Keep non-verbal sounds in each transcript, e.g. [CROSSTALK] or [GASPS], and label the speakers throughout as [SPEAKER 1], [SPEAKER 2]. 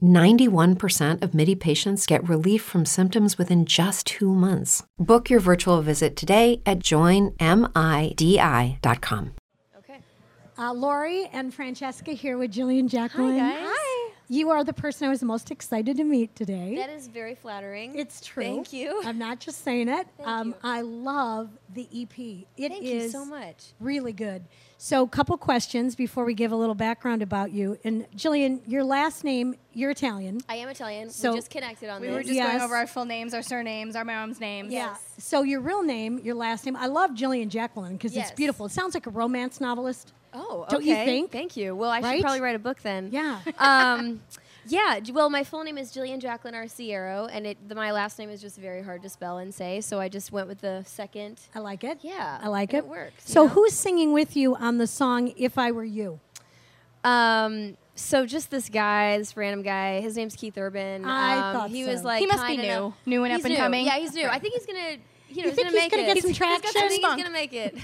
[SPEAKER 1] 91% of MIDI patients get relief from symptoms within just two months. Book your virtual visit today at joinmidi.com.
[SPEAKER 2] Uh, Lori and Francesca here with Jillian Jacqueline.
[SPEAKER 3] guys. Hi.
[SPEAKER 2] You are the person I was most excited to meet today.
[SPEAKER 3] That is very flattering.
[SPEAKER 2] it's true. Um,
[SPEAKER 3] Thank you.
[SPEAKER 2] I'm not just saying it. Um,
[SPEAKER 3] Thank you.
[SPEAKER 2] I love the EP. It is
[SPEAKER 3] Thank you so much.
[SPEAKER 2] really good. So, a couple questions before we give a little background about you. And Jillian, your last name, you're Italian.
[SPEAKER 3] I am Italian.
[SPEAKER 2] So-
[SPEAKER 3] we just connected on
[SPEAKER 4] We
[SPEAKER 3] this.
[SPEAKER 4] were just
[SPEAKER 2] Yes.
[SPEAKER 4] going over our full names, our surnames, our mom's names.
[SPEAKER 2] Yeah. So your real name, your last name. I love Jillian Jacqueline because
[SPEAKER 3] Yes.
[SPEAKER 2] it's beautiful. It sounds like a romance novelist.
[SPEAKER 3] oh, okay.
[SPEAKER 2] Don't you think?
[SPEAKER 3] Thank you. Well, I
[SPEAKER 2] Right?
[SPEAKER 3] should probably write a book then. [LAUGHS]
[SPEAKER 2] Yeah. [LAUGHS]
[SPEAKER 3] Um, yeah. j- Well, my full name is Jillian Jacqueline Arciero, and it, the, my last name is just very hard to spell and say, so I just went with the second.
[SPEAKER 2] I like it.
[SPEAKER 3] Yeah,
[SPEAKER 2] I like it.
[SPEAKER 3] and it works, you
[SPEAKER 2] So
[SPEAKER 3] know?
[SPEAKER 2] who's singing with you on the song "If I Were You"?
[SPEAKER 3] Um, so just this guy, this random guy. His name's Keith Urban.
[SPEAKER 2] I
[SPEAKER 3] um,
[SPEAKER 2] thought
[SPEAKER 3] he
[SPEAKER 2] so.
[SPEAKER 3] was like
[SPEAKER 4] He must be
[SPEAKER 3] kind
[SPEAKER 4] new.
[SPEAKER 3] enough-
[SPEAKER 4] New and up
[SPEAKER 3] He's
[SPEAKER 4] and
[SPEAKER 3] new.
[SPEAKER 4] coming.
[SPEAKER 3] Yeah, he's new. I think he's gonna. You know,
[SPEAKER 2] You
[SPEAKER 3] he's
[SPEAKER 2] think
[SPEAKER 3] gonna
[SPEAKER 2] he's
[SPEAKER 3] make
[SPEAKER 2] gonna
[SPEAKER 3] it.
[SPEAKER 2] get
[SPEAKER 3] [LAUGHS]
[SPEAKER 2] some
[SPEAKER 3] He's got
[SPEAKER 2] traction?
[SPEAKER 3] I think
[SPEAKER 4] Spunk.
[SPEAKER 3] he's gonna make it.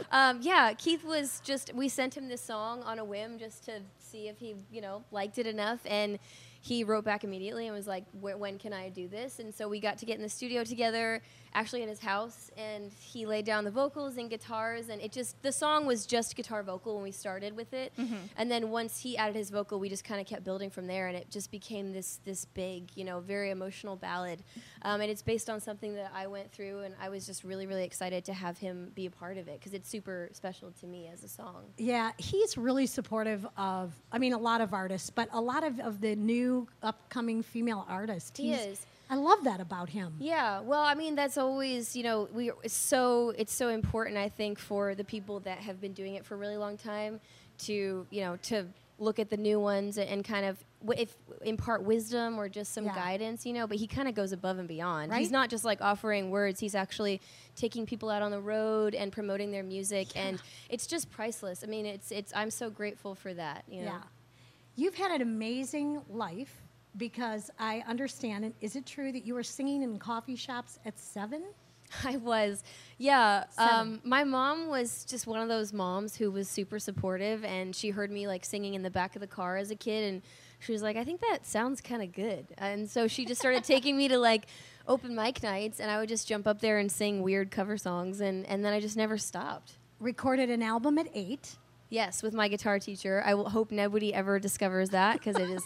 [SPEAKER 3] [LAUGHS] um, yeah, Keith was just. We sent him this song on a whim just to see if he, you know, liked it enough, and he wrote back immediately and was like, "Wh- "When can I do this?" And so we got to get in the studio together, actually at his house, and he laid down the vocals and guitars, and it just the song was just guitar vocal when we started with it, and then once he added his vocal, we just kind of kept building from there, and it just became this this big, you know, very emotional ballad, um, and it's based on something that I went through, and I was just really really excited to have him be a part of it because it's super special to me as a song.
[SPEAKER 2] Yeah, he's really supportive of. I mean, a lot of artists, but a lot of, of the new upcoming female artists.
[SPEAKER 3] He
[SPEAKER 2] He's-
[SPEAKER 3] is.
[SPEAKER 2] I love that about him.
[SPEAKER 3] Yeah, well, I mean, that's always you know we it's so it's so important I think for the people that have been doing it for a really long time to you know to look at the new ones and, and kind of w- if impart wisdom or just some
[SPEAKER 2] Yeah.
[SPEAKER 3] guidance you know but he kind of goes above and beyond
[SPEAKER 2] Right?
[SPEAKER 3] he's not just like offering words he's actually taking people out on the road and promoting their music and it's just priceless i mean it's it's i'm so grateful for that you know
[SPEAKER 2] Yeah. You've had an amazing life because I understand. And is it true that you were singing in coffee shops at seven?
[SPEAKER 3] [LAUGHS] I was. Yeah.
[SPEAKER 2] Seven.
[SPEAKER 3] Um, my mom was just one of those moms who was super supportive, and she heard me like singing in the back of the car as a kid, and she was like, "I think that sounds kind of good," and so she just started taking me to like open mic nights, and I would just jump up there and sing weird cover songs, and and then I just never stopped.
[SPEAKER 2] Recorded an album at eight.
[SPEAKER 3] Yes, with my guitar teacher. I will hope nobody ever discovers that because it is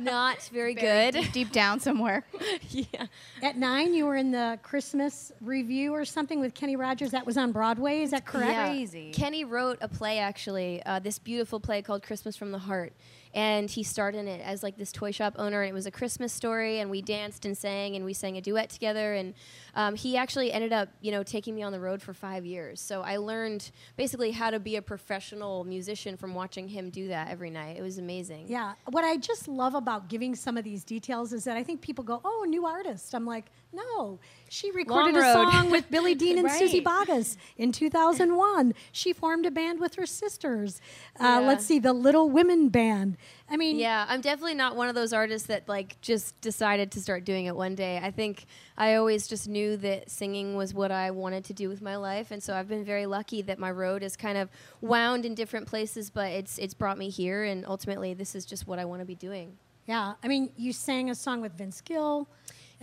[SPEAKER 3] not very,
[SPEAKER 4] Very
[SPEAKER 3] good.
[SPEAKER 4] Deep, deep down somewhere.
[SPEAKER 3] [LAUGHS] yeah.
[SPEAKER 2] At nine, you were in the Christmas review or something with Kenny Rogers. That was on Broadway. Is that correct?
[SPEAKER 3] Yeah.
[SPEAKER 4] Crazy.
[SPEAKER 3] Kenny wrote a play actually, uh, this beautiful play called Christmas from the Heart, and he starred in it as like this toy shop owner, and it was a Christmas story, and we danced and sang, and we sang a duet together, and um, he actually ended up, you know, taking me on the road for five years. So I learned basically how to be a professional musician from watching him do that every night. It was amazing.
[SPEAKER 2] Yeah. What I just love about giving some of these details is that I think people go, "Oh, new artist." I'm like, "No, she recorded
[SPEAKER 3] Long
[SPEAKER 2] a
[SPEAKER 3] road.
[SPEAKER 2] song
[SPEAKER 3] [LAUGHS]
[SPEAKER 2] with Billy Dean and Susie
[SPEAKER 4] Right.
[SPEAKER 2] Boggess in 2001. She formed a band with her sisters. Uh,
[SPEAKER 3] Yeah.
[SPEAKER 2] Let's see, the Little Women Band. I mean,
[SPEAKER 3] Yeah, I'm definitely not one of those artists that like just decided to start doing it one day. I think I always just knew that singing was what I wanted to do with my life, and so I've been very lucky that my road is kind of wound in different places, but it's it's brought me here, and ultimately this is just what I want to be doing.
[SPEAKER 2] yeah. I mean, you sang a song with Vince Gill.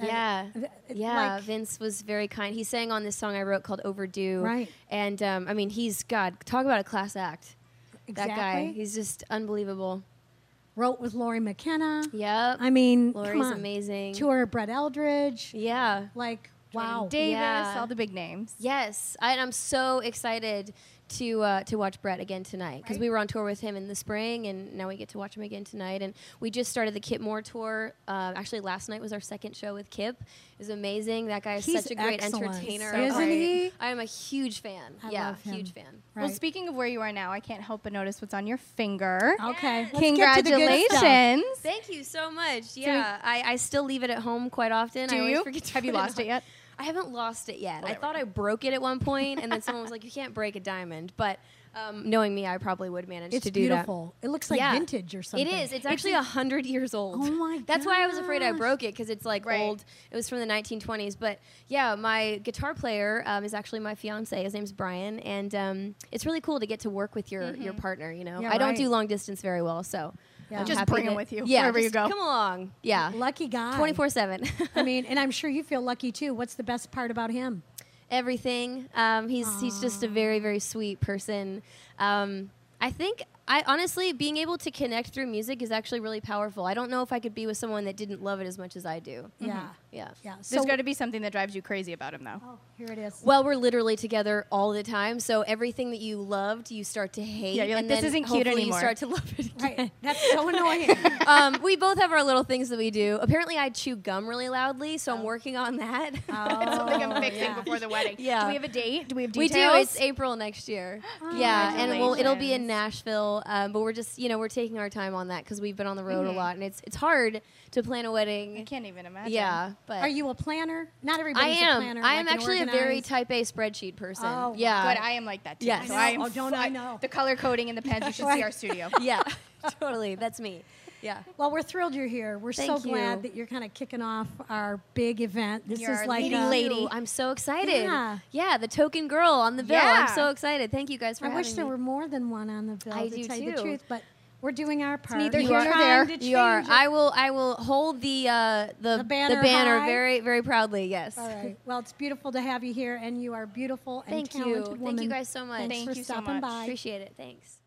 [SPEAKER 2] Uh,
[SPEAKER 3] Yeah,
[SPEAKER 2] th-
[SPEAKER 3] yeah.
[SPEAKER 2] like-
[SPEAKER 3] Vince was very kind. He sang on this song I wrote called "Overdue,"
[SPEAKER 2] Right.
[SPEAKER 3] And um, I mean, he's God. Talk about a class act.
[SPEAKER 2] exactly.
[SPEAKER 3] That guy, he's just unbelievable.
[SPEAKER 2] wrote with Laurie McKenna.
[SPEAKER 3] Yep.
[SPEAKER 2] I mean,
[SPEAKER 3] Laurie's
[SPEAKER 2] come on.
[SPEAKER 3] amazing.
[SPEAKER 2] Tour of Brett Eldridge.
[SPEAKER 3] yeah.
[SPEAKER 2] Like, wow.
[SPEAKER 4] Davis,
[SPEAKER 3] Yeah.
[SPEAKER 4] all the big names.
[SPEAKER 3] Yes, I, and I'm so excited to uh, to watch Brett again tonight because we were on tour with him in the spring, and now we get to watch him again tonight. And we just started the Kip Moore tour. Uh, actually, last night was our second show with Kip. It was amazing. That guy is
[SPEAKER 2] He's
[SPEAKER 3] such a great
[SPEAKER 2] excellent.
[SPEAKER 3] entertainer.
[SPEAKER 2] So
[SPEAKER 3] I,
[SPEAKER 2] Isn't he?
[SPEAKER 3] I am a huge fan.
[SPEAKER 2] I
[SPEAKER 3] yeah,
[SPEAKER 2] love him.
[SPEAKER 3] huge fan.
[SPEAKER 4] Well, speaking of where you are now, I can't help but notice what's on your finger.
[SPEAKER 2] Okay. let's get to the good stuff.
[SPEAKER 4] Congratulations.
[SPEAKER 3] Thank you so much. Yeah, I, I still leave it at home quite often.
[SPEAKER 4] Do
[SPEAKER 3] I always
[SPEAKER 4] you?
[SPEAKER 3] forget to
[SPEAKER 4] Have you
[SPEAKER 3] put
[SPEAKER 4] lost
[SPEAKER 3] on.
[SPEAKER 4] it yet?
[SPEAKER 3] I haven't lost it yet. I thought I broke it at one point, and then someone was like, "You can't break a diamond." But Um, knowing me, I probably would manage
[SPEAKER 2] It's
[SPEAKER 3] to do that.
[SPEAKER 2] beautiful. It looks like
[SPEAKER 3] Yeah.
[SPEAKER 2] vintage or something.
[SPEAKER 3] It is. It's actually a hundred years old.
[SPEAKER 2] Oh my
[SPEAKER 3] That's why I was afraid I
[SPEAKER 2] gosh.
[SPEAKER 3] broke it because it's like
[SPEAKER 4] Right.
[SPEAKER 3] old. It was from the 1920s. But yeah, my guitar player um, is actually my fiance. His name's Brian, and um, it's really cool to get to work with your
[SPEAKER 4] Mm-hmm.
[SPEAKER 3] your partner. You know,
[SPEAKER 2] Yeah,
[SPEAKER 3] I don't
[SPEAKER 2] right.
[SPEAKER 3] do long distance very well, so
[SPEAKER 2] Yeah.
[SPEAKER 3] I'm
[SPEAKER 2] Just
[SPEAKER 3] happy
[SPEAKER 4] bring him
[SPEAKER 3] that-
[SPEAKER 4] with you
[SPEAKER 3] Yeah,
[SPEAKER 4] wherever you
[SPEAKER 3] just
[SPEAKER 4] go.
[SPEAKER 3] Come along. Yeah,
[SPEAKER 2] lucky guy.
[SPEAKER 3] 24 seven.
[SPEAKER 2] I mean, and I'm sure you feel lucky too. What's the best part about him?
[SPEAKER 3] everything. Um, he's he's just a very very sweet person. Um, I think I honestly being able to connect through music is actually really powerful. I don't know if I could be with someone that didn't love it as much as I do.
[SPEAKER 2] Yeah.
[SPEAKER 3] Yeah.
[SPEAKER 2] Yeah.
[SPEAKER 4] There's got to be something that drives you crazy about him, though.
[SPEAKER 2] oh, here it is.
[SPEAKER 3] Well, we're literally together all the time, so everything that you loved, you start to hate.
[SPEAKER 4] Yeah, you're like,
[SPEAKER 3] and
[SPEAKER 4] "This
[SPEAKER 3] then
[SPEAKER 4] isn't cute
[SPEAKER 3] hopefully
[SPEAKER 4] anymore."
[SPEAKER 3] You start to love
[SPEAKER 4] [LAUGHS]
[SPEAKER 3] it. Again.
[SPEAKER 2] Right. That's so annoying.
[SPEAKER 3] um, we both have our little things that we do. Apparently, I chew gum really loudly, so
[SPEAKER 4] Oh.
[SPEAKER 3] I'm working on that.
[SPEAKER 4] It's something I'm fixing
[SPEAKER 2] Oh, yeah.
[SPEAKER 4] before the wedding.
[SPEAKER 3] Yeah.
[SPEAKER 4] Do we have a date? Do we have
[SPEAKER 3] we
[SPEAKER 4] details?
[SPEAKER 3] do. It's April next
[SPEAKER 2] [GASPS]
[SPEAKER 3] year.
[SPEAKER 2] Oh,
[SPEAKER 3] yeah, and we'll, it'll be in
[SPEAKER 4] Congratulations.
[SPEAKER 3] Nashville. Um, but we're just, you know, we're taking our time on that because we've been on the
[SPEAKER 2] Mm-hmm.
[SPEAKER 3] road a lot, and it's it's hard to plan a
[SPEAKER 4] I
[SPEAKER 3] wedding.
[SPEAKER 4] can't even imagine.
[SPEAKER 3] Yeah, but
[SPEAKER 2] Are you a planner? Not everybody's
[SPEAKER 3] I
[SPEAKER 2] a
[SPEAKER 3] am.
[SPEAKER 2] planner.
[SPEAKER 3] I am
[SPEAKER 2] like an
[SPEAKER 3] actually a very
[SPEAKER 2] organized-
[SPEAKER 3] type A spreadsheet person.
[SPEAKER 2] Oh,
[SPEAKER 3] yeah,
[SPEAKER 4] But I am like that too.
[SPEAKER 3] Yes.
[SPEAKER 4] So
[SPEAKER 3] I
[SPEAKER 4] I
[SPEAKER 2] know. Oh,
[SPEAKER 4] am
[SPEAKER 2] don't I
[SPEAKER 4] fi-
[SPEAKER 2] know.
[SPEAKER 4] The color coding and the pens. You should see our studio.
[SPEAKER 3] [LAUGHS]
[SPEAKER 2] [LAUGHS]
[SPEAKER 3] yeah, totally. That's me. Yeah.
[SPEAKER 2] Well, we're thrilled you're here. We're
[SPEAKER 3] Thank
[SPEAKER 2] so glad
[SPEAKER 3] you.
[SPEAKER 2] that you're kind of kicking off our big event. This
[SPEAKER 4] You're
[SPEAKER 2] is
[SPEAKER 4] our
[SPEAKER 2] like uh,
[SPEAKER 4] leading
[SPEAKER 2] a-
[SPEAKER 4] lady.
[SPEAKER 3] I'm so excited.
[SPEAKER 2] Yeah.
[SPEAKER 3] Yeah. the token girl on the bill.
[SPEAKER 4] Yeah.
[SPEAKER 3] I'm so excited. Thank you guys for
[SPEAKER 2] I
[SPEAKER 3] having
[SPEAKER 2] wish there
[SPEAKER 3] me.
[SPEAKER 2] were more than one on the bill.
[SPEAKER 3] I
[SPEAKER 2] to
[SPEAKER 3] do
[SPEAKER 2] tell you the
[SPEAKER 3] too.
[SPEAKER 2] truth, but we're doing our part.
[SPEAKER 4] neither
[SPEAKER 2] We're
[SPEAKER 4] here nor
[SPEAKER 2] trying
[SPEAKER 4] there.
[SPEAKER 2] to
[SPEAKER 3] You are.
[SPEAKER 2] change it.
[SPEAKER 3] I will. I will hold the uh, the,
[SPEAKER 2] The banner high.
[SPEAKER 3] very very proudly. Yes.
[SPEAKER 2] All
[SPEAKER 4] [LAUGHS]
[SPEAKER 2] right. Well, it's beautiful to have you here, and you are beautiful and
[SPEAKER 3] Thank you.
[SPEAKER 2] talented
[SPEAKER 3] Thank you
[SPEAKER 2] woman.
[SPEAKER 3] guys so much.
[SPEAKER 2] Thanks
[SPEAKER 4] Thank
[SPEAKER 2] for
[SPEAKER 4] you so
[SPEAKER 2] stopping
[SPEAKER 4] much.
[SPEAKER 2] by.
[SPEAKER 3] Appreciate it. Thanks.